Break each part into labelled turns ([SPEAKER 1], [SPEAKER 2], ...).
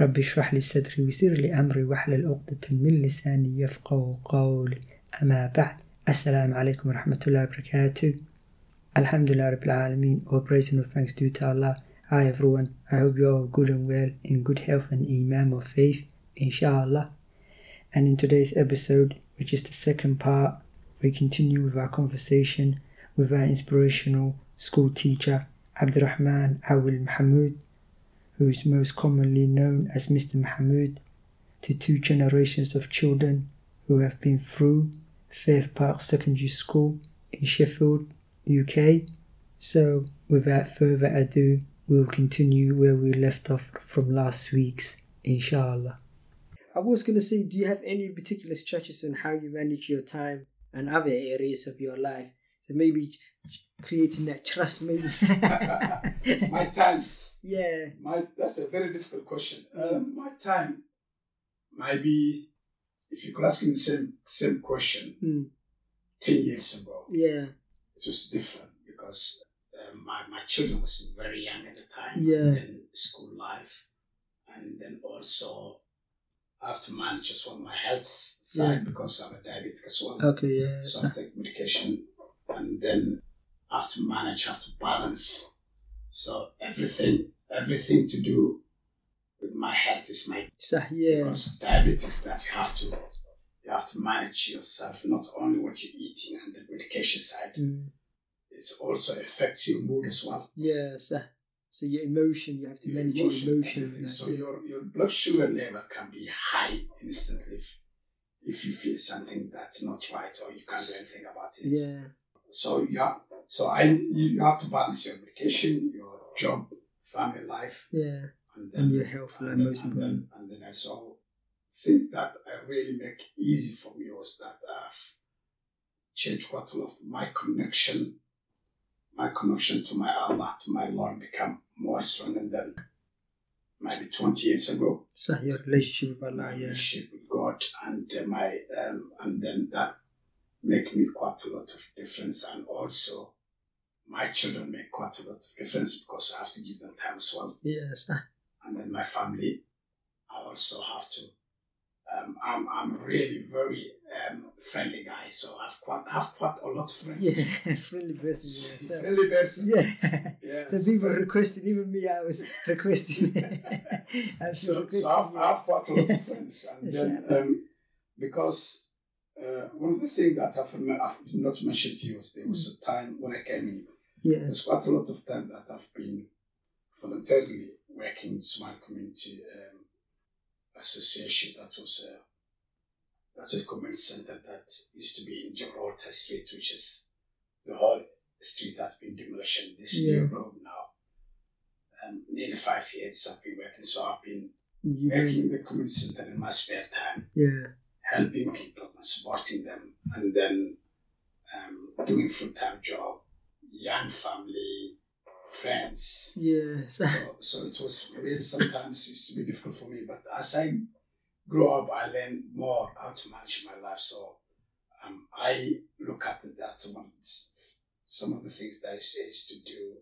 [SPEAKER 1] رب اشرح لي صدري ويسر لي أمري واحلل عقدة من لساني يفقه قولي أما بعد السلام عليكم ورحمة الله وبركاته الحمد لله رب العالمين all praise and all thanks due to Allah Hi everyone I hope you all good and well in good health and imam of faith inshallah and in today's episode which is the second part we continue with our conversation with our inspirational school teacher, Abdurrahman Awil Mahmoud, who is most commonly known as Mr. Mahmoud, to two generations of children who have been through Faith Park Secondary School in Sheffield, UK. So, without further ado, we'll continue where we left off from last week's, inshallah. I was going to say, do you have any particular strategies on how you manage your time and other areas of your life? So maybe creating that trust, maybe.
[SPEAKER 2] my time
[SPEAKER 1] yeah.
[SPEAKER 2] my that's a very difficult question um, my time maybe if you could ask me the same same question
[SPEAKER 1] Mm.
[SPEAKER 2] 10 years ago
[SPEAKER 1] Yeah.
[SPEAKER 2] it was different because uh, my, my children was very young at the time
[SPEAKER 1] Yeah.
[SPEAKER 2] and then school life and then also I have to manage just on my health side
[SPEAKER 1] Yeah.
[SPEAKER 2] because I'm a diabetic as well
[SPEAKER 1] Okay. Yeah.
[SPEAKER 2] so I take medication and then I have to manage, I have to balance. So everything, everything to do with my health is my
[SPEAKER 1] So, yeah.
[SPEAKER 2] because diabetes that you have to you have to manage yourself, not only what you're eating and the medication side.
[SPEAKER 1] Mm.
[SPEAKER 2] It also affects your mood as well.
[SPEAKER 1] Yeah. So, so your emotion, you have to
[SPEAKER 2] Your
[SPEAKER 1] manage
[SPEAKER 2] emotion,
[SPEAKER 1] your emotion.
[SPEAKER 2] everything.
[SPEAKER 1] like,
[SPEAKER 2] So
[SPEAKER 1] yeah.
[SPEAKER 2] your your blood sugar level can be high instantly if, if you feel something that's not right or you can't do anything about it.
[SPEAKER 1] yeah.
[SPEAKER 2] So you have, so I you have to balance your education, your job, family life,
[SPEAKER 1] Yeah.
[SPEAKER 2] and then
[SPEAKER 1] And your health,
[SPEAKER 2] and
[SPEAKER 1] like
[SPEAKER 2] then,
[SPEAKER 1] most
[SPEAKER 2] and
[SPEAKER 1] important.
[SPEAKER 2] then, and then I saw things that I really make easy for me was that I've changed quite a lot of my connection, my connection to my Allah, to my Lord, become more strong than maybe twenty years ago
[SPEAKER 1] So your relationship with
[SPEAKER 2] my
[SPEAKER 1] Allah. Yeah.
[SPEAKER 2] relationship with God and uh, my um, and then that make me quite a lot of difference and also my children make quite a lot of difference because I have to give them time as well
[SPEAKER 1] Yeah. So,
[SPEAKER 2] and then my family I also have to um, I'm I'm really very um, friendly guy so I've quite I have quite a lot of friends
[SPEAKER 1] yeah. Friendly person. Yeah. So,
[SPEAKER 2] friendly person
[SPEAKER 1] yeah.
[SPEAKER 2] Yes.
[SPEAKER 1] So people requested, even me, I was requesting. I was
[SPEAKER 2] so,
[SPEAKER 1] requesting,
[SPEAKER 2] so I've,
[SPEAKER 1] yeah.
[SPEAKER 2] I've got a lot of friends, and then um, because uh, one of the things that I've, rem- I've not mentioned to you is there was a time when I came in.
[SPEAKER 1] Yeah.
[SPEAKER 2] There's quite a lot of time that I've been voluntarily working with Somali community um, association that was a that's a community center that used to be in Gibraltar Street, which is the whole street has been demolished. and This
[SPEAKER 1] Yeah.
[SPEAKER 2] new road now. Um, nearly five years I've been working, so I've been
[SPEAKER 1] You
[SPEAKER 2] working
[SPEAKER 1] really,
[SPEAKER 2] in the community center in my spare time,
[SPEAKER 1] yeah.
[SPEAKER 2] helping people and supporting them, and then um, doing full time job, young family, friends.
[SPEAKER 1] Yeah. So,
[SPEAKER 2] So, so it was really sometimes used to be difficult for me, but as I grow up, I learn more how to manage my life. So um, I look at that one, s- some of the things that I say is to do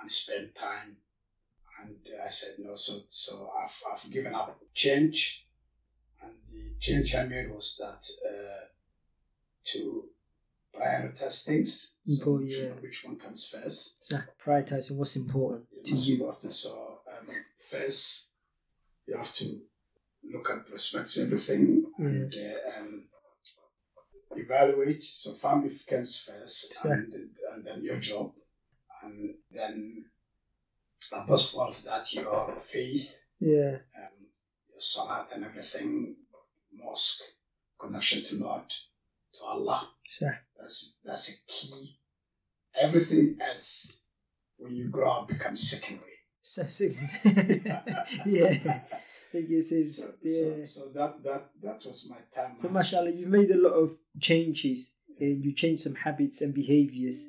[SPEAKER 2] and spend time. And uh, I said no, so so I've, I've given up change, and the change I made was that uh, to prioritize things. So
[SPEAKER 1] Important,
[SPEAKER 2] which,
[SPEAKER 1] yeah.
[SPEAKER 2] one- which one comes first?
[SPEAKER 1] so prioritizing what's important
[SPEAKER 2] It
[SPEAKER 1] to
[SPEAKER 2] must
[SPEAKER 1] you.
[SPEAKER 2] be important. So um, first, you have to look at prospects, everything, and, uh, and evaluate. So family comes first,
[SPEAKER 1] Sure.
[SPEAKER 2] and, and then your job, and then above all of that, your faith,
[SPEAKER 1] Yeah.
[SPEAKER 2] um, your salat, and everything, mosque, connection to Lord, to Allah.
[SPEAKER 1] صح
[SPEAKER 2] That's that's a key. Everything else, when you grow up, becomes secondary.
[SPEAKER 1] صح yeah. Like you said,
[SPEAKER 2] So, so,
[SPEAKER 1] yeah.
[SPEAKER 2] so that that that was my time.
[SPEAKER 1] So, mashallah, you've made a lot of changes and you changed some habits and behaviors.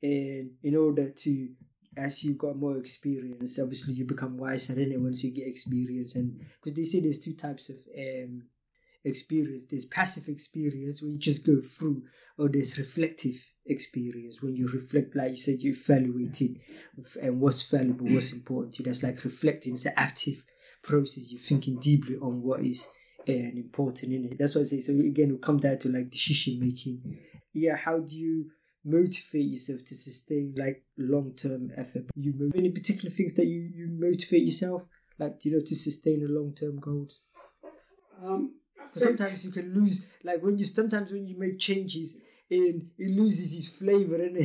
[SPEAKER 1] And in order to, as you got more experience, obviously you become wiser in it once you get experience. And because they say there's two types of um, experience there's passive experience where you just go through, or there's reflective experience when you reflect, like you said, you evaluate it and what's valuable, what's important to you. That's like reflecting, it's an active process. You're thinking deeply on what is and important in it. That's what I say. So again, we come down to like decision making. Yeah, how do you motivate yourself to sustain like long term effort? You move any particular things that you you motivate yourself like you know to sustain a long term goal?
[SPEAKER 2] Um, I
[SPEAKER 1] Because
[SPEAKER 2] think-
[SPEAKER 1] sometimes you can lose like when you sometimes when you make changes. And it loses its flavor, and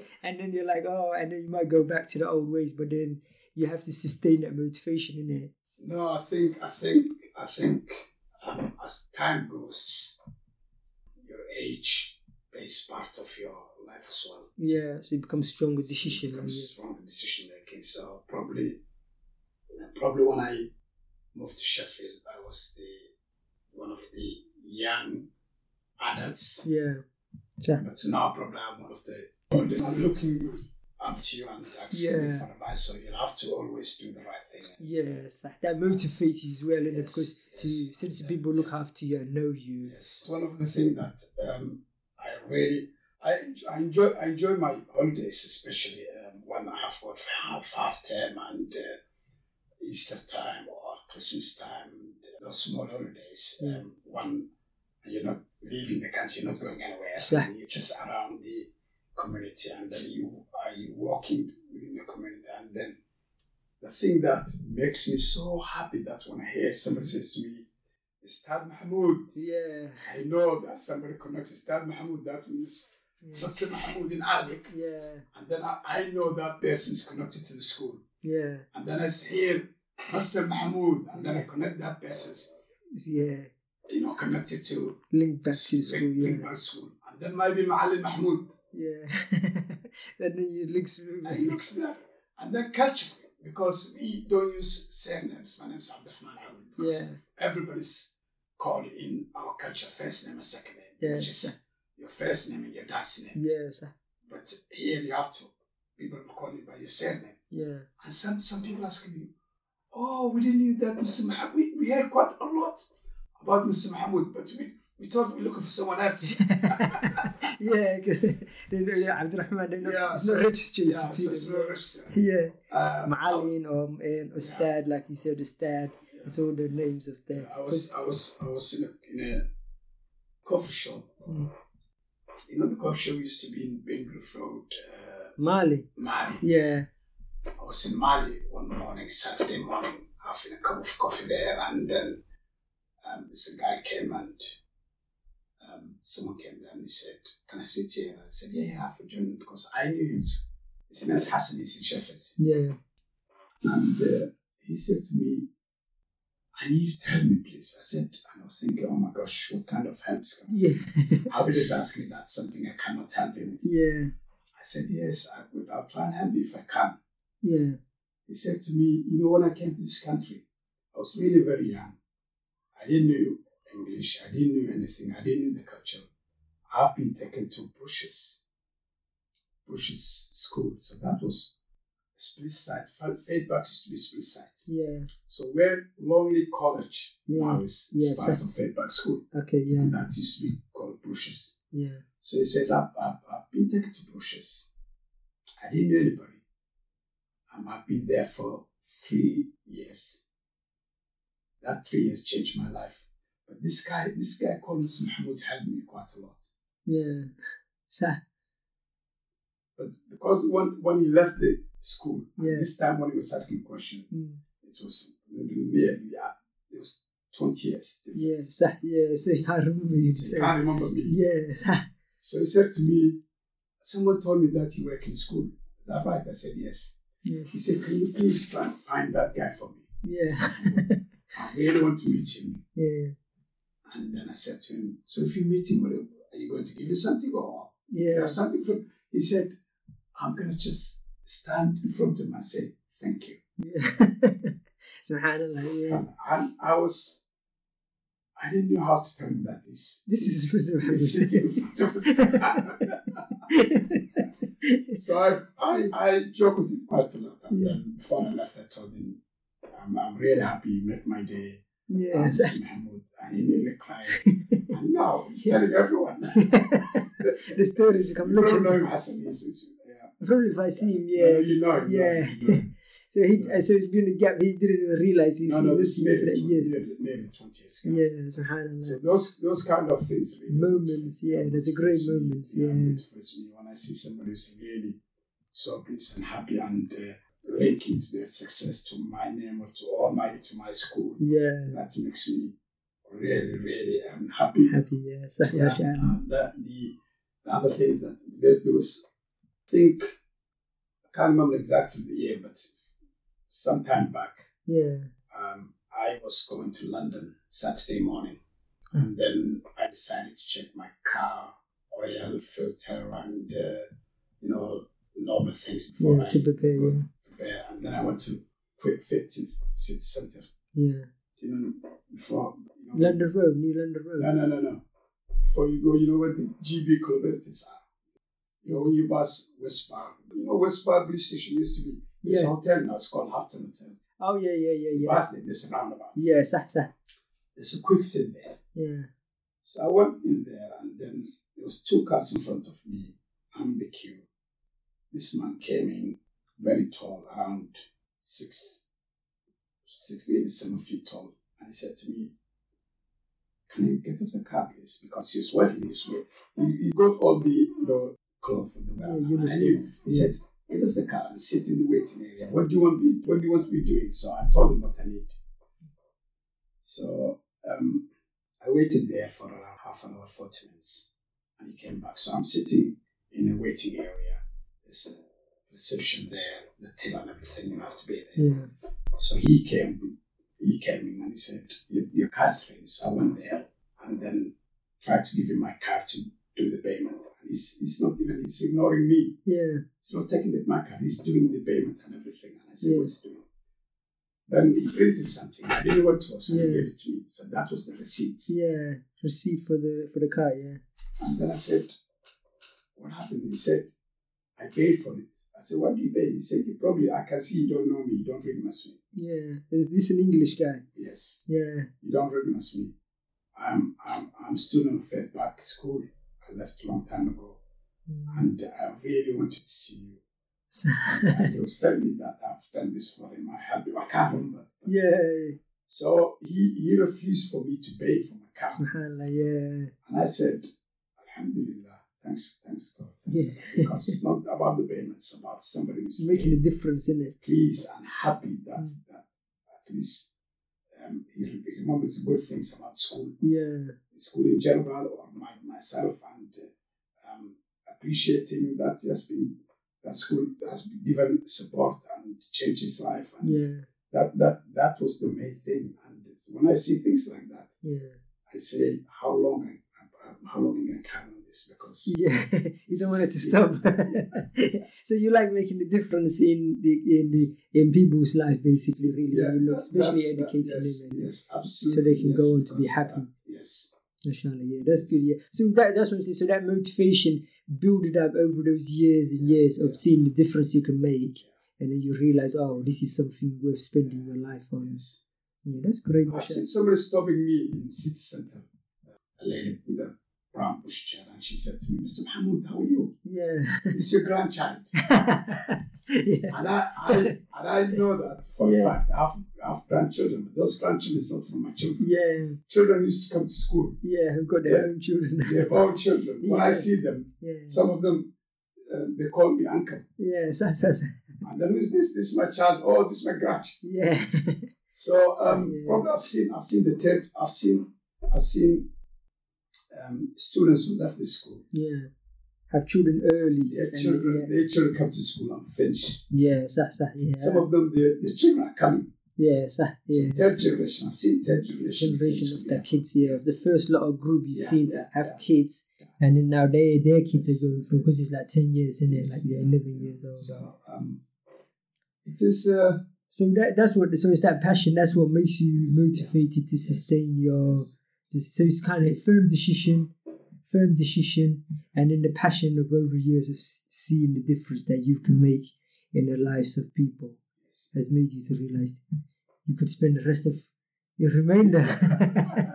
[SPEAKER 1] and then you're like, oh, and then you might go back to the old ways, but then you have to sustain that motivation in it.
[SPEAKER 2] No, I think I think I think um, as time goes, your age plays part of your life as well.
[SPEAKER 1] Yeah, so you become stronger
[SPEAKER 2] So it
[SPEAKER 1] decision.
[SPEAKER 2] becomes
[SPEAKER 1] maker.
[SPEAKER 2] Strong decision making. So probably, probably when I moved to Sheffield, I was the one of the young adults.
[SPEAKER 1] Yeah,
[SPEAKER 2] But now probably I'm one of the older. I'm looking up to you and asking you
[SPEAKER 1] Yeah.
[SPEAKER 2] for advice. So you'll have to always do the right thing.
[SPEAKER 1] Yes, that motivates you as well, innit?
[SPEAKER 2] Yes,
[SPEAKER 1] because to
[SPEAKER 2] yes,
[SPEAKER 1] since
[SPEAKER 2] yeah,
[SPEAKER 1] people look
[SPEAKER 2] yeah.
[SPEAKER 1] after you and know you.
[SPEAKER 2] Yes, one of the things that um, I really I, enj- I enjoy I enjoy my holidays, especially um, when I have got half half term and uh, Easter time or Christmas time. uh, Those small holidays,
[SPEAKER 1] Mm.
[SPEAKER 2] um, one you're not leaving the country, you're not going anywhere.
[SPEAKER 1] Sure.
[SPEAKER 2] You're just around the community, and then you are you walking within the community, and then the thing that makes me so happy that when I hear somebody says to me, "Ustad Mahmoud."
[SPEAKER 1] Yeah,
[SPEAKER 2] I know that somebody connects Ustad Mahmoud, that means
[SPEAKER 1] yeah,
[SPEAKER 2] Ustad Mahmoud in Arabic.
[SPEAKER 1] yeah,
[SPEAKER 2] And then I, I know that person is connected to the school.
[SPEAKER 1] yeah.
[SPEAKER 2] And then I hear Ustad Mahmoud, and then I connect that person's,
[SPEAKER 1] yeah.
[SPEAKER 2] you know, connected to
[SPEAKER 1] Link back to the school.
[SPEAKER 2] Big- Big
[SPEAKER 1] Yeah,
[SPEAKER 2] Bad school. And then maybe Ma'alim Mahmoud.
[SPEAKER 1] yeah. and then you link through.
[SPEAKER 2] I looks that. And then culture, because we don't use surnames. My name's Abdurrahman Awil. Because
[SPEAKER 1] Yeah,
[SPEAKER 2] everybody's called in our culture first name and second name,
[SPEAKER 1] Yes.
[SPEAKER 2] which is your first name and your dad's name.
[SPEAKER 1] yeah, sir.
[SPEAKER 2] But here you have to, people will call you by your surname.
[SPEAKER 1] Yeah,
[SPEAKER 2] And some, some people ask me, oh, we didn't use that Mr. Mahmoud. We, we heard quite a lot about Mr. Mahmoud, but we, we thought we were looking for someone else.
[SPEAKER 1] yeah. Because they know yeah, Abdurrahman. They know
[SPEAKER 2] Yeah,
[SPEAKER 1] it's
[SPEAKER 2] so-
[SPEAKER 1] not registered.
[SPEAKER 2] yeah,
[SPEAKER 1] to
[SPEAKER 2] so it's
[SPEAKER 1] them.
[SPEAKER 2] not registered.
[SPEAKER 1] yeah,
[SPEAKER 2] Um, I,
[SPEAKER 1] Ma'alin or and Ustad, like you said, Ustad. It's all the names of them.
[SPEAKER 2] I was, I was, I was in a, in a coffee shop.
[SPEAKER 1] Mm.
[SPEAKER 2] You know, the coffee shop used to be in Bengrove Road, uh,
[SPEAKER 1] Mali.
[SPEAKER 2] Mali.
[SPEAKER 1] Yeah,
[SPEAKER 2] I was in Mali one morning, Saturday morning, having a cup of coffee there, and then um, this guy came and um, someone came there and he said, "Can I sit here?" And I said, "Yeah, yeah, I've joined him," because I knew him. His name is Hassan. He's in Sheffield,
[SPEAKER 1] yeah,
[SPEAKER 2] and uh, he said to me, "I need you to help me, please." I said, and I was thinking, "Oh my gosh, what kind of help is going?"
[SPEAKER 1] yeah,
[SPEAKER 2] How will just ask me that something I cannot help him with?
[SPEAKER 1] yeah,
[SPEAKER 2] I said, "Yes, I would. I'll try and help you if I can."
[SPEAKER 1] yeah.
[SPEAKER 2] He said to me, You know, when I came to this country, I was really very young. I didn't know English, I didn't know anything, I didn't know the culture. I've been taken to Bush's, Bush's school. So that was split site. Fa- Faithback used to be split site.
[SPEAKER 1] Yeah.
[SPEAKER 2] So where Longley College
[SPEAKER 1] Yeah,
[SPEAKER 2] now is,
[SPEAKER 1] yeah,
[SPEAKER 2] is part
[SPEAKER 1] so-
[SPEAKER 2] of Faithback School.
[SPEAKER 1] Okay. Yeah.
[SPEAKER 2] And that used to be called Bush's.
[SPEAKER 1] Yeah.
[SPEAKER 2] So he said, I've, I've, I've been taken to Bushes. I didn't know anybody. Um, I've been there for three years. That three years changed my life. But this guy, this guy called Mr. Mahmoud helped me quite a lot.
[SPEAKER 1] Yeah. So
[SPEAKER 2] But because when, when he left the school, and
[SPEAKER 1] Yeah.
[SPEAKER 2] this time when he was asking question,
[SPEAKER 1] mm,
[SPEAKER 2] it was yeah, yeah, it was 20 years difference.
[SPEAKER 1] Yes, ah, yes, I remember you
[SPEAKER 2] So you
[SPEAKER 1] saying.
[SPEAKER 2] can't remember me.
[SPEAKER 1] Yes, ah,
[SPEAKER 2] So he said to me, Someone told me that you work in school. Is that right? I said, Yes.
[SPEAKER 1] yeah,
[SPEAKER 2] He said, Can you please try and find that guy for me?
[SPEAKER 1] yeah,
[SPEAKER 2] I really want to meet him.
[SPEAKER 1] yeah,
[SPEAKER 2] And then I said to him, So if you meet him, what are you going to give him something or you
[SPEAKER 1] yeah,
[SPEAKER 2] have something for He said, I'm going to just stand in front of him and say, Thank you.
[SPEAKER 1] yeah. Subhanallah, yeah.
[SPEAKER 2] And I, I was, I didn't know how to tell him that is.
[SPEAKER 1] This is Mr.
[SPEAKER 2] He's sitting in
[SPEAKER 1] Muhammad.
[SPEAKER 2] front of us. So I, I, I joke with him quite a lot. And
[SPEAKER 1] Yeah.
[SPEAKER 2] then before I left, I told him, I'm, I'm really happy you made my day. And
[SPEAKER 1] yes.
[SPEAKER 2] this is Mahmoud. And he nearly cried. and now he's telling everyone.
[SPEAKER 1] the story become
[SPEAKER 2] you don't know
[SPEAKER 1] legend.
[SPEAKER 2] him as an institution. Yeah.
[SPEAKER 1] Probably if I see him,
[SPEAKER 2] No,
[SPEAKER 1] yeah.
[SPEAKER 2] you know him.
[SPEAKER 1] Yeah.
[SPEAKER 2] You know him.
[SPEAKER 1] So he, uh, so it's been a gap. He didn't even realize he's
[SPEAKER 2] No, no, this
[SPEAKER 1] he's
[SPEAKER 2] is
[SPEAKER 1] not
[SPEAKER 2] maybe,
[SPEAKER 1] that.
[SPEAKER 2] 20,
[SPEAKER 1] Yes,
[SPEAKER 2] maybe, maybe 20 years ago.
[SPEAKER 1] yeah,
[SPEAKER 2] So
[SPEAKER 1] Subhanallah.
[SPEAKER 2] those those kind of things. Really
[SPEAKER 1] Moments, yeah, there's a great
[SPEAKER 2] frustrates me.
[SPEAKER 1] moments, yeah.
[SPEAKER 2] yeah. It frustrates me when I see somebody who's really so pleased and happy and uh, linking to their success to my name or to all my to my school.
[SPEAKER 1] Yeah,
[SPEAKER 2] That makes me really, really um, happy.
[SPEAKER 1] happy. Yes,
[SPEAKER 2] Yeah.
[SPEAKER 1] yeah.
[SPEAKER 2] And that the, the other thing is that there's, there was, I think, I can't remember exactly the year, but some time back,
[SPEAKER 1] yeah.
[SPEAKER 2] um, I was going to London Saturday morning,
[SPEAKER 1] Hmm.
[SPEAKER 2] and then I decided to check my car oil filter and uh, you know normal things before
[SPEAKER 1] Yeah, to prepare.
[SPEAKER 2] I
[SPEAKER 1] Yeah,
[SPEAKER 2] go prepare. And then I went to Quick Fit City Center.
[SPEAKER 1] yeah.
[SPEAKER 2] You know, before you know,
[SPEAKER 1] London Road, New London Road.
[SPEAKER 2] No, no, no, no. Before you go, you know what the GB Colobertis are. You know when you pass West Park, you know West Park Police Station used to be. It's
[SPEAKER 1] Yeah.
[SPEAKER 2] a hotel now. It's called Hampton Hotel.
[SPEAKER 1] Oh yeah, yeah, yeah,
[SPEAKER 2] You
[SPEAKER 1] yeah.
[SPEAKER 2] pass it, there's a roundabout.
[SPEAKER 1] Yeah, sah, sah.
[SPEAKER 2] There's a quick fit there.
[SPEAKER 1] Yeah,
[SPEAKER 2] So I went in there, and then there was two cars in front of me. I'm in the queue. This man came in, very tall, around six, six, maybe seven feet tall, and he said to me, "Can you get off the car, please?" Because he was working. He was working. He, he got all the you know clothes for the
[SPEAKER 1] Yeah,
[SPEAKER 2] wear.
[SPEAKER 1] uniform.
[SPEAKER 2] and he, he said, "Get off the car and sit in the waiting area. What do you want me? What do you want me doing?" So I told him what I need. So um, I waited there for around half an hour, 40 minutes, and he came back. So I'm sitting in a waiting area. There's a reception there, the till and everything. You have to be there.
[SPEAKER 1] yeah,
[SPEAKER 2] So he came, with- he came in and he said, "Your, your card's ready." So I went there and then tried to give him my card to do the payment. And he's, he's not even he's ignoring me.
[SPEAKER 1] yeah,
[SPEAKER 2] He's not taking the my card. He's doing the payment and everything. And I said,
[SPEAKER 1] Yeah.
[SPEAKER 2] "What's he doing?" Then he printed something. I didn't know what it was, and
[SPEAKER 1] Yeah.
[SPEAKER 2] he gave it to me. So that was the receipt.
[SPEAKER 1] yeah. Receipt for the for the car. Yeah,
[SPEAKER 2] And then I said, What happened? He said, I paid for it. I said, What do you pay? He said, You probably, I can see you don't know me. You don't recognize me.
[SPEAKER 1] yeah. Is this an English guy?
[SPEAKER 2] Yes,
[SPEAKER 1] Yeah,
[SPEAKER 2] you don't recognize me. I'm, I'm, I'm student of Fed back school. I left a long time ago. And I really wanted to see you. And he was telling me that I've done this for him. I helped him. I can't remember.
[SPEAKER 1] yeah.
[SPEAKER 2] So he, he refused for me to pay for my car.
[SPEAKER 1] Subhanallah. Yeah,
[SPEAKER 2] And I said, Alhamdulillah, thanks, thanks God. Thanks
[SPEAKER 1] Yeah.
[SPEAKER 2] God. Because it's not about the payments, it's about somebody who's
[SPEAKER 1] it's making a
[SPEAKER 2] really
[SPEAKER 1] difference in it. Mm.
[SPEAKER 2] pleased and happy that, that at least um, he re- he remembers good things about school,
[SPEAKER 1] Yeah,
[SPEAKER 2] school in general, or my, myself, and uh, um, appreciating that he has been, that school has been given support and changed his life. And
[SPEAKER 1] yeah,
[SPEAKER 2] that, that, that was the main thing. And it's- when I see things like that,
[SPEAKER 1] yeah,
[SPEAKER 2] I say, how long I, how long am I carry on this? Because
[SPEAKER 1] yeah. you don't want it to stop. so you like making a difference in the in the in people's life, basically, really, you know,
[SPEAKER 2] that-
[SPEAKER 1] especially
[SPEAKER 2] that's- that-
[SPEAKER 1] educating
[SPEAKER 2] yes,
[SPEAKER 1] them. and-
[SPEAKER 2] Yes, absolutely.
[SPEAKER 1] they can
[SPEAKER 2] yes,
[SPEAKER 1] go on to be
[SPEAKER 2] because,
[SPEAKER 1] happy.
[SPEAKER 2] uh, yes,
[SPEAKER 1] Mashallah, yeah, that's good. Yeah, so that, that's what I'm saying. So that motivation built it up over those years and years of seeing the difference you can make, and then you realize, oh, this is something worth spending your life on.
[SPEAKER 2] yes.
[SPEAKER 1] Yeah, that's great,
[SPEAKER 2] I've
[SPEAKER 1] mashallah.
[SPEAKER 2] seen somebody stopping me in city center, a lady with a brown bush chair, and she said to me, Mr. Mahmoud, how are you?
[SPEAKER 1] Yeah,
[SPEAKER 2] It's your grandchild.
[SPEAKER 1] yeah,
[SPEAKER 2] and, I, I, and I know that for
[SPEAKER 1] Yeah.
[SPEAKER 2] a fact. I have, I have grandchildren, but those grandchildren is not from my children.
[SPEAKER 1] yeah,
[SPEAKER 2] Children used to come to school,
[SPEAKER 1] yeah. Who got their
[SPEAKER 2] Yeah.
[SPEAKER 1] own children?
[SPEAKER 2] their own children. When I
[SPEAKER 1] Yeah.
[SPEAKER 2] see them,
[SPEAKER 1] yeah,
[SPEAKER 2] some of them, uh, they call me uncle.
[SPEAKER 1] yeah, so- so- so-
[SPEAKER 2] And then who's this? This is my child. Oh, this is my grandchild.
[SPEAKER 1] yeah,
[SPEAKER 2] So um, probably I've seen I've seen the third I've seen I've seen um, students who left the school.
[SPEAKER 1] yeah have children early
[SPEAKER 2] Their
[SPEAKER 1] and-
[SPEAKER 2] children
[SPEAKER 1] yeah.
[SPEAKER 2] their children come to school and finish.
[SPEAKER 1] yeah صح صح yeah
[SPEAKER 2] Some of them their, their children are coming.
[SPEAKER 1] yeah صح yeah
[SPEAKER 2] So third generation. I've seen third generation.
[SPEAKER 1] generation
[SPEAKER 2] since
[SPEAKER 1] of
[SPEAKER 2] we
[SPEAKER 1] the
[SPEAKER 2] are-
[SPEAKER 1] kids yeah of the first lot of group you
[SPEAKER 2] Yeah,
[SPEAKER 1] seen
[SPEAKER 2] yeah,
[SPEAKER 1] have
[SPEAKER 2] yeah.
[SPEAKER 1] kids and then now they their kids are going through
[SPEAKER 2] Yes.
[SPEAKER 1] because it's like 10 years in it like they're 11 years old
[SPEAKER 2] So um, it is uh,
[SPEAKER 1] so that, that's what so it's that passion that's what makes you motivated to sustain your this- so it's kind of firm decision firm decision and then the passion of over years of s- seeing the difference that you can make in the lives of people has made you to realize you could spend the rest of your remainder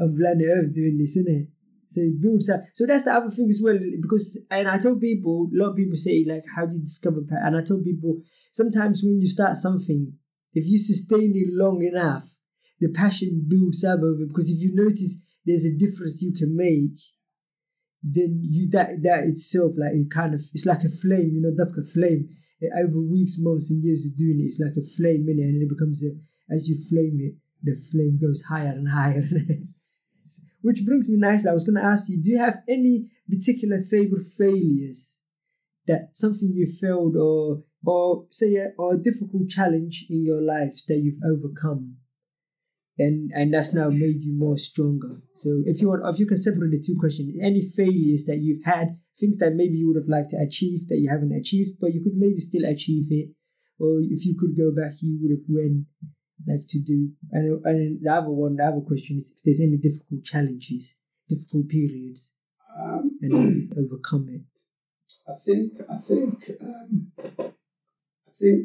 [SPEAKER 1] on planet earth doing this isn't it so it builds up so that's the other thing as well because and i tell people a lot of people say like how do you discover pa-" and i tell people sometimes when you start something if you sustain it long enough the passion builds up over because if you notice there's a difference you can make then you that that itself like it kind of it's like a flame you know that a flame Uh, over weeks months and years of doing it it's like a flame in it and it becomes a as you flame it the flame goes higher and higher which brings me nicely i was going to ask you do you have any particular favorite failures that something you failed or or say a- or a difficult challenge in your life that you've overcome and and that's now made you more stronger so if you want if you can separate the two questions any failures that you've had things that maybe you would have liked to achieve that you haven't achieved but you could maybe still achieve it or if you could go back you would have went like to do and, and the other one the other question is if there's any difficult challenges difficult periods
[SPEAKER 2] um,
[SPEAKER 1] and how you've overcome it
[SPEAKER 2] I think I think um, I think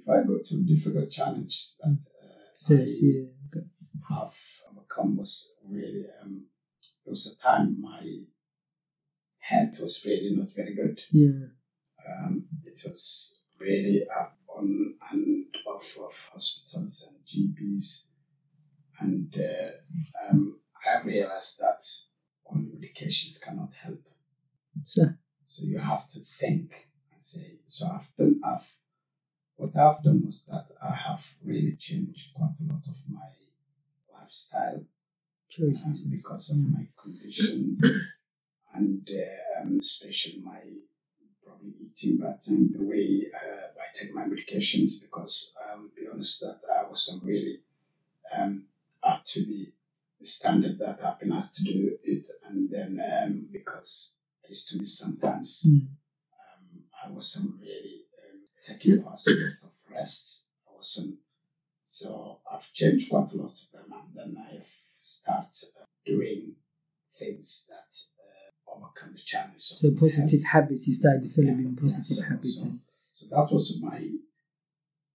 [SPEAKER 2] if I go to difficult challenge that uh,
[SPEAKER 1] first
[SPEAKER 2] I
[SPEAKER 1] yeah
[SPEAKER 2] have overcome was really um, there was a time my health was really not very good.
[SPEAKER 1] yeah
[SPEAKER 2] Um, it was really up on and off of hospitals and GPs, and uh, um, I realized that only medications cannot help.
[SPEAKER 1] so
[SPEAKER 2] So you have to think and say, so I've done, I've, what I've done was that I have really changed quite a lot of my lifestyle um,
[SPEAKER 1] choices
[SPEAKER 2] because of my condition and uh, um, especially my probably eating pattern, the way uh, I take my medications. Because I will be honest that I wasn't really um, up to the standard that I've been asked to do it, and then um, because I used to miss sometimes,
[SPEAKER 1] Mm.
[SPEAKER 2] um, I wasn't really um, taking quite a lot of rest. I wasn't. So I've changed quite a lot of them, and then I've started uh, doing things that uh, overcome the challenges. of
[SPEAKER 1] So
[SPEAKER 2] my health.
[SPEAKER 1] positive habits, you start developing
[SPEAKER 2] Yeah,
[SPEAKER 1] positive
[SPEAKER 2] yeah, so-
[SPEAKER 1] habits.
[SPEAKER 2] so-
[SPEAKER 1] and-
[SPEAKER 2] So that was my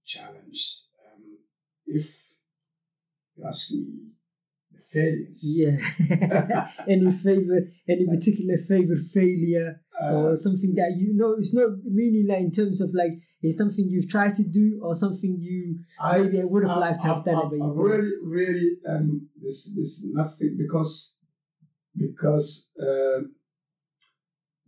[SPEAKER 2] challenge. Um, if you ask me the failures,
[SPEAKER 1] yeah. any favorite, any particular favorite failure
[SPEAKER 2] uh,
[SPEAKER 1] or something that you know, it's not meaning like in terms of like it's something you've tried to do or something you
[SPEAKER 2] uh, I
[SPEAKER 1] maybe I would have liked to have done it, but
[SPEAKER 2] I
[SPEAKER 1] you didn't.
[SPEAKER 2] really, really, um, there's there's nothing because because uh,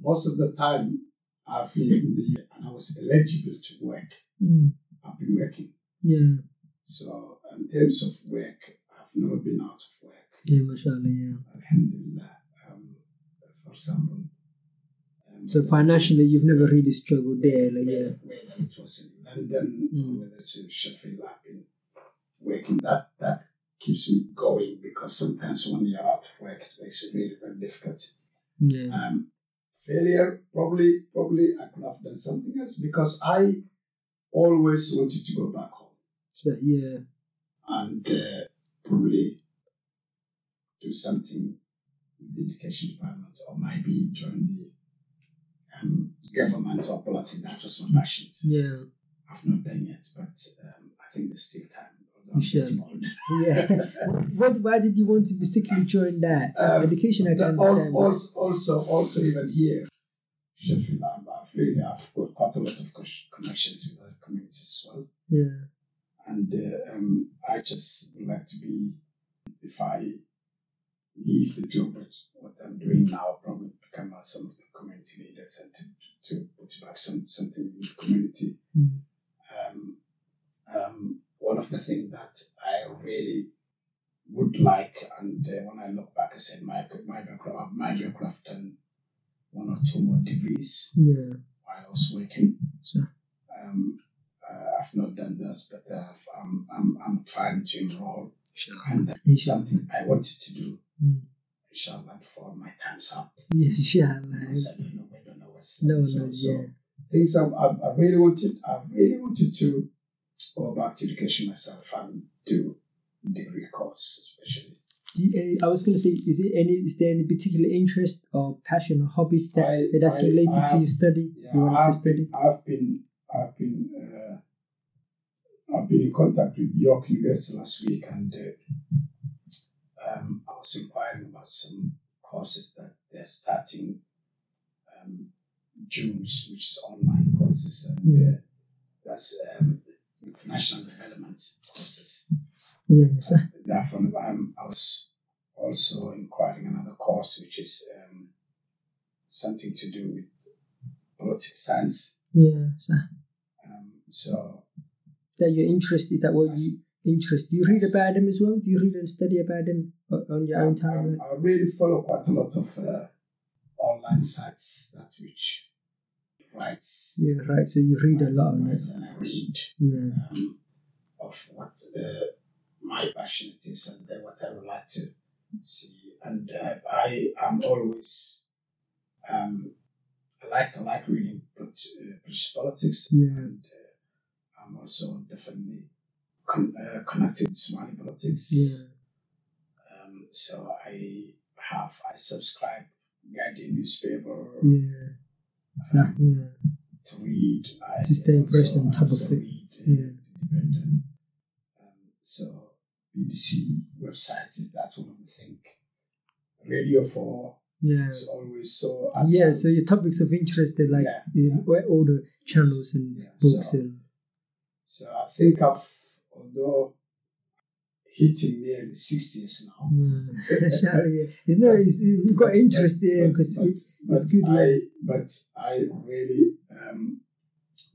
[SPEAKER 2] most of the time I've been in the and I was eligible to work.
[SPEAKER 1] Mm,
[SPEAKER 2] I've been working.
[SPEAKER 1] yeah,
[SPEAKER 2] So in terms of work, I've never been out of work.
[SPEAKER 1] yeah, mashallah, yeah.
[SPEAKER 2] Alhamdulillah. Um, for example. Um,
[SPEAKER 1] So financially, you've never really struggled there, like yeah,
[SPEAKER 2] Whether it was in London,
[SPEAKER 1] Mm.
[SPEAKER 2] or whether it's in Sheffield, I've been working. That that keeps me going because sometimes when you're out of work, it makes it really very difficult.
[SPEAKER 1] yeah,
[SPEAKER 2] Um, failure, probably, probably I could have done something else because I always wanted to go back home
[SPEAKER 1] so yeah,
[SPEAKER 2] and uh, probably do something with the education department or maybe join the um, government or politics. That was my passion.
[SPEAKER 1] yeah,
[SPEAKER 2] I've not done yet, but um, I think there's still time. although
[SPEAKER 1] You
[SPEAKER 2] I'm
[SPEAKER 1] should.
[SPEAKER 2] getting old.
[SPEAKER 1] yeah. what? Why did you want to particularly join that
[SPEAKER 2] Um,
[SPEAKER 1] education? I can
[SPEAKER 2] But also,
[SPEAKER 1] understand.
[SPEAKER 2] also, also, also, even here, Sheffield, I'm- I've really I've got quite a lot of con- connections with other communities as well.
[SPEAKER 1] yeah,
[SPEAKER 2] and uh, um, I just would like to be if I leave the job which what I'm doing now probably become a- some of the community leaders and to, to, to put back some something in the community.
[SPEAKER 1] Mm.
[SPEAKER 2] Um, um, one of the things that I really would like, and uh, when I look back, I said my my background, my background done one or two more degrees
[SPEAKER 1] yeah
[SPEAKER 2] while I was working.
[SPEAKER 1] Sure.
[SPEAKER 2] Um, uh, I've not done this, but uh, I'm, I'm I'm trying to enroll,
[SPEAKER 1] sure
[SPEAKER 2] and that's something I wanted to do.
[SPEAKER 1] Mm.
[SPEAKER 2] Inshallah, before my time's up,
[SPEAKER 1] Yeah, inshallah
[SPEAKER 2] because I don't know, I don't know what's
[SPEAKER 1] no
[SPEAKER 2] so,
[SPEAKER 1] no
[SPEAKER 2] so
[SPEAKER 1] yeah
[SPEAKER 2] things I, I, I really wanted I really wanted to go back to education myself and do degree course especially.
[SPEAKER 1] Do you, uh, I was going to say, is it any? Is there any particular interest or passion or hobbies that
[SPEAKER 2] I-
[SPEAKER 1] that's
[SPEAKER 2] I-
[SPEAKER 1] related
[SPEAKER 2] I
[SPEAKER 1] to your study?
[SPEAKER 2] Yeah,
[SPEAKER 1] you wanted to
[SPEAKER 2] I've
[SPEAKER 1] study?
[SPEAKER 2] I've been I've been uh, I've been in contact with York University last week and uh, um, I was inquiring about some courses that they're starting um, June, which is online courses and uh, that's um, international development courses.
[SPEAKER 1] Yes.
[SPEAKER 2] that from um, I was also inquiring another course which is um, something to do with political science.
[SPEAKER 1] Yes.
[SPEAKER 2] Um, so
[SPEAKER 1] That your interest is that what
[SPEAKER 2] that's-
[SPEAKER 1] you interest? Do you read
[SPEAKER 2] Yes.
[SPEAKER 1] about them as well? Do you read and study about them o- on your own
[SPEAKER 2] I,
[SPEAKER 1] time?
[SPEAKER 2] um, I really follow quite a lot of uh, online sites that which writes
[SPEAKER 1] Yeah, right. So you read a
[SPEAKER 2] writes
[SPEAKER 1] lot
[SPEAKER 2] and
[SPEAKER 1] on it.
[SPEAKER 2] writes and I read
[SPEAKER 1] Yeah.
[SPEAKER 2] um, of what uh, my passion it is and uh, what I would like to see. And uh, I am always um, I like I like reading Brit- uh, British politics,
[SPEAKER 1] Yeah.
[SPEAKER 2] and uh, I'm also definitely con- uh, connected with Somali politics.
[SPEAKER 1] Yeah.
[SPEAKER 2] Um, so I have I subscribe Guardian newspaper
[SPEAKER 1] Yeah. So,
[SPEAKER 2] um,
[SPEAKER 1] yeah.
[SPEAKER 2] to read. I
[SPEAKER 1] To stay
[SPEAKER 2] also-
[SPEAKER 1] abreast on
[SPEAKER 2] I
[SPEAKER 1] top of
[SPEAKER 2] also
[SPEAKER 1] it.
[SPEAKER 2] read, uh,
[SPEAKER 1] Yeah.
[SPEAKER 2] Independent. Um, so BBC websites is that's one of the things. Radio Four
[SPEAKER 1] Yeah.
[SPEAKER 2] is always so.
[SPEAKER 1] Yeah. So your topics of interest are like
[SPEAKER 2] Yeah,
[SPEAKER 1] in
[SPEAKER 2] yeah.
[SPEAKER 1] where all the channels and
[SPEAKER 2] Yeah,
[SPEAKER 1] books
[SPEAKER 2] so-
[SPEAKER 1] and
[SPEAKER 2] so I think I've although hitting nearly sixties now.
[SPEAKER 1] yeah. yeah. It's not. It's, you got interest there
[SPEAKER 2] but-
[SPEAKER 1] because.
[SPEAKER 2] but- but
[SPEAKER 1] it's good,
[SPEAKER 2] I,
[SPEAKER 1] yeah.
[SPEAKER 2] But I really um,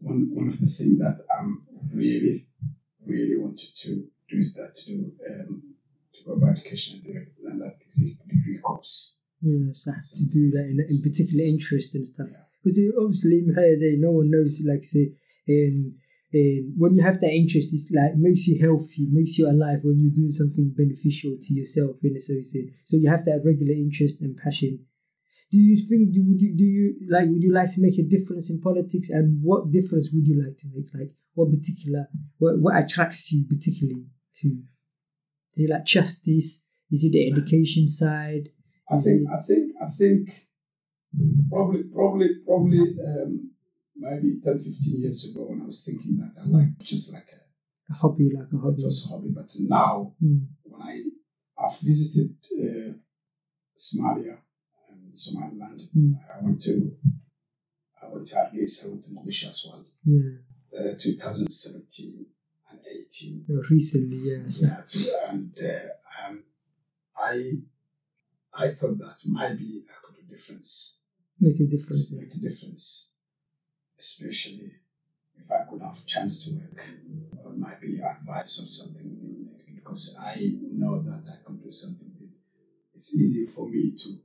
[SPEAKER 2] one one of the things that I'm really really wanted to do is that to do um, to go by education and do and that degree, degree course.
[SPEAKER 1] Yeah, so to do that in, in particular interest and stuff.
[SPEAKER 2] Yeah.
[SPEAKER 1] Because obviously in higher day, no one knows, like say, in, in, when you have that interest, it's like makes you healthy, makes you alive when you're doing something beneficial to yourself. You know, so you say, so you have that regular interest and passion. Do you think you would you, do you like would you like to make a difference in politics and what difference would you like to make? Like what particular what, what attracts you particularly to? Do you like justice? Is it the education side?
[SPEAKER 2] I think
[SPEAKER 1] Mm-hmm.
[SPEAKER 2] I think I think probably probably probably um, maybe 10, 15 years ago when I was thinking that I like just like a,
[SPEAKER 1] a hobby, like a
[SPEAKER 2] it
[SPEAKER 1] hobby.
[SPEAKER 2] was a hobby, but now
[SPEAKER 1] Mm.
[SPEAKER 2] when I I've visited uh, Somalia and Somaliland.
[SPEAKER 1] Mm.
[SPEAKER 2] I went to I went to Hargeisa, I went to Mogadishu as well,
[SPEAKER 1] Yeah,
[SPEAKER 2] uh, 2017 and 18.
[SPEAKER 1] no, recently, yeah. So,
[SPEAKER 2] Yeah, and uh, um, I I thought that maybe I could do difference,
[SPEAKER 1] Make a
[SPEAKER 2] could
[SPEAKER 1] difference. yeah.
[SPEAKER 2] make a difference, especially if I could have chance to work or maybe advice or something, because I know that I could do something. It's easy for me to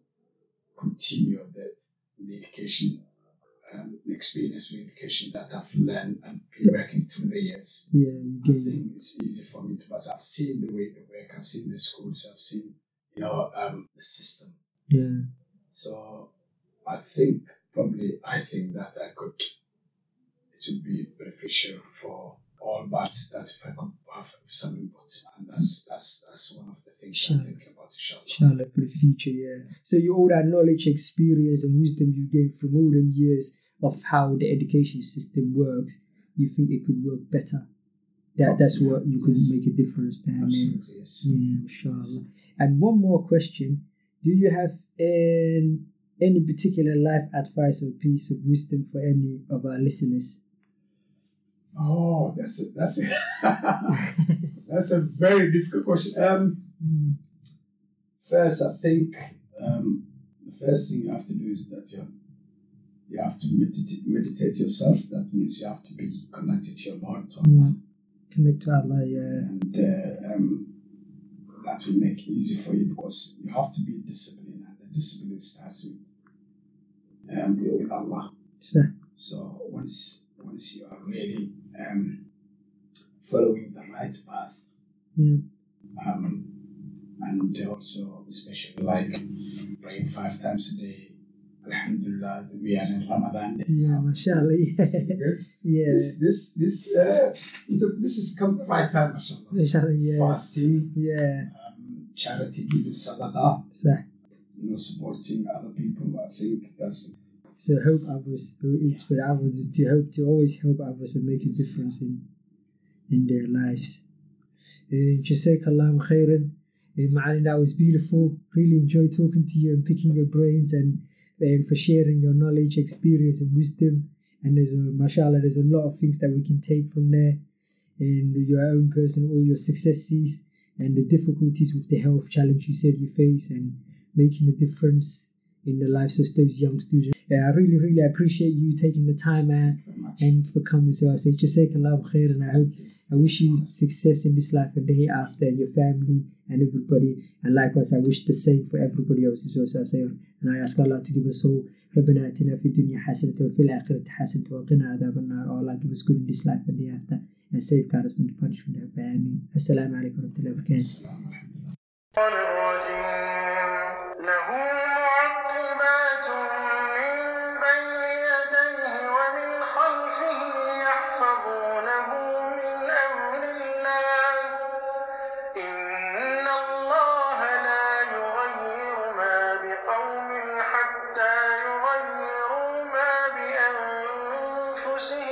[SPEAKER 2] continue the, the education, um, the experience with education that I've learned and been working through the years.
[SPEAKER 1] Yeah, you
[SPEAKER 2] I
[SPEAKER 1] gain.
[SPEAKER 2] think it's easy for me to pass. I've seen the way they work, I've seen the schools, I've seen you know um, the system.
[SPEAKER 1] Yeah,
[SPEAKER 2] So I think probably I think that I could it would be beneficial for all parts that if I could have some input and that's that's that's one of the things
[SPEAKER 1] Sure.
[SPEAKER 2] I'm thinking about inshallah.
[SPEAKER 1] Charlotte for the future, yeah. So you all that knowledge, experience, and wisdom you gain from all them years of how the education system works, you think it could work better. That that's what you could
[SPEAKER 2] Oh, Yes.
[SPEAKER 1] make a difference there. man.
[SPEAKER 2] Absolutely yes.
[SPEAKER 1] Yeah, mm, inshallah. And one more question: Do you have an, any particular life advice or piece of wisdom for any of our listeners?
[SPEAKER 2] Oh that's a, that's a, that's a very difficult question. Um
[SPEAKER 1] Mm.
[SPEAKER 2] First, I think um, the first thing you have to do is that you you have to meditate, meditate yourself. That means you have to be connected to your Lord, to Allah,
[SPEAKER 1] commit to Allah. Yeah.
[SPEAKER 2] and uh, um, that will make it easy for you because you have to be disciplined, and the discipline starts with um, with Allah.
[SPEAKER 1] So,
[SPEAKER 2] So once once you are really um, following the right path,
[SPEAKER 1] yeah.
[SPEAKER 2] um, and also especially like praying five times a day. Alhamdulillah, we are in Ramadan.
[SPEAKER 1] Yeah, mashallah. Yeah.
[SPEAKER 2] Good.
[SPEAKER 1] yeah.
[SPEAKER 2] This this this uh, this has come the right time, mashallah.
[SPEAKER 1] Mashallah. Yeah.
[SPEAKER 2] Fasting.
[SPEAKER 1] Yeah.
[SPEAKER 2] um, charity giving sadaqah,
[SPEAKER 1] So,
[SPEAKER 2] you know, supporting other people. I think that's
[SPEAKER 1] so help others. It's for others to help to always help others and make a difference in in their lives. Uh, Jazakallah khairan. Uh, Ma'alin, that was beautiful. Really enjoyed talking to you and picking your brains and, and for sharing your knowledge, experience, and wisdom. And there's a, mashallah, there's a lot of things that we can take from there and your own personal, all your successes and the difficulties with the health challenge you said you face and making a difference in the lives of those young students. Yeah, I really, really appreciate you taking the time out
[SPEAKER 2] very much.
[SPEAKER 1] and for coming. So I say, Jazakallah khair, and I hope, I wish you success in this life and the hereafter, and your family and everybody. And likewise, I wish the same for everybody else as well. So I say, and I ask Allah to give us all. ربنا اتنا في الدنيا حسنة وفي الآخرة حسنة وقنا عذاب النار. Oh Allah, give us good in this life and the hereafter, and safeguard us from the punishment of Amin. Assalamu alaikum wa rahmatullahi wa barakatuh.
[SPEAKER 2] Salaam alaikum.
[SPEAKER 3] الشيطان الرجيم له معقبات من بين يديه ومن خلفه يحفظونه من أمر الله إن الله لا يغير ما بقوم حتى يغيروا ما بأنفسهم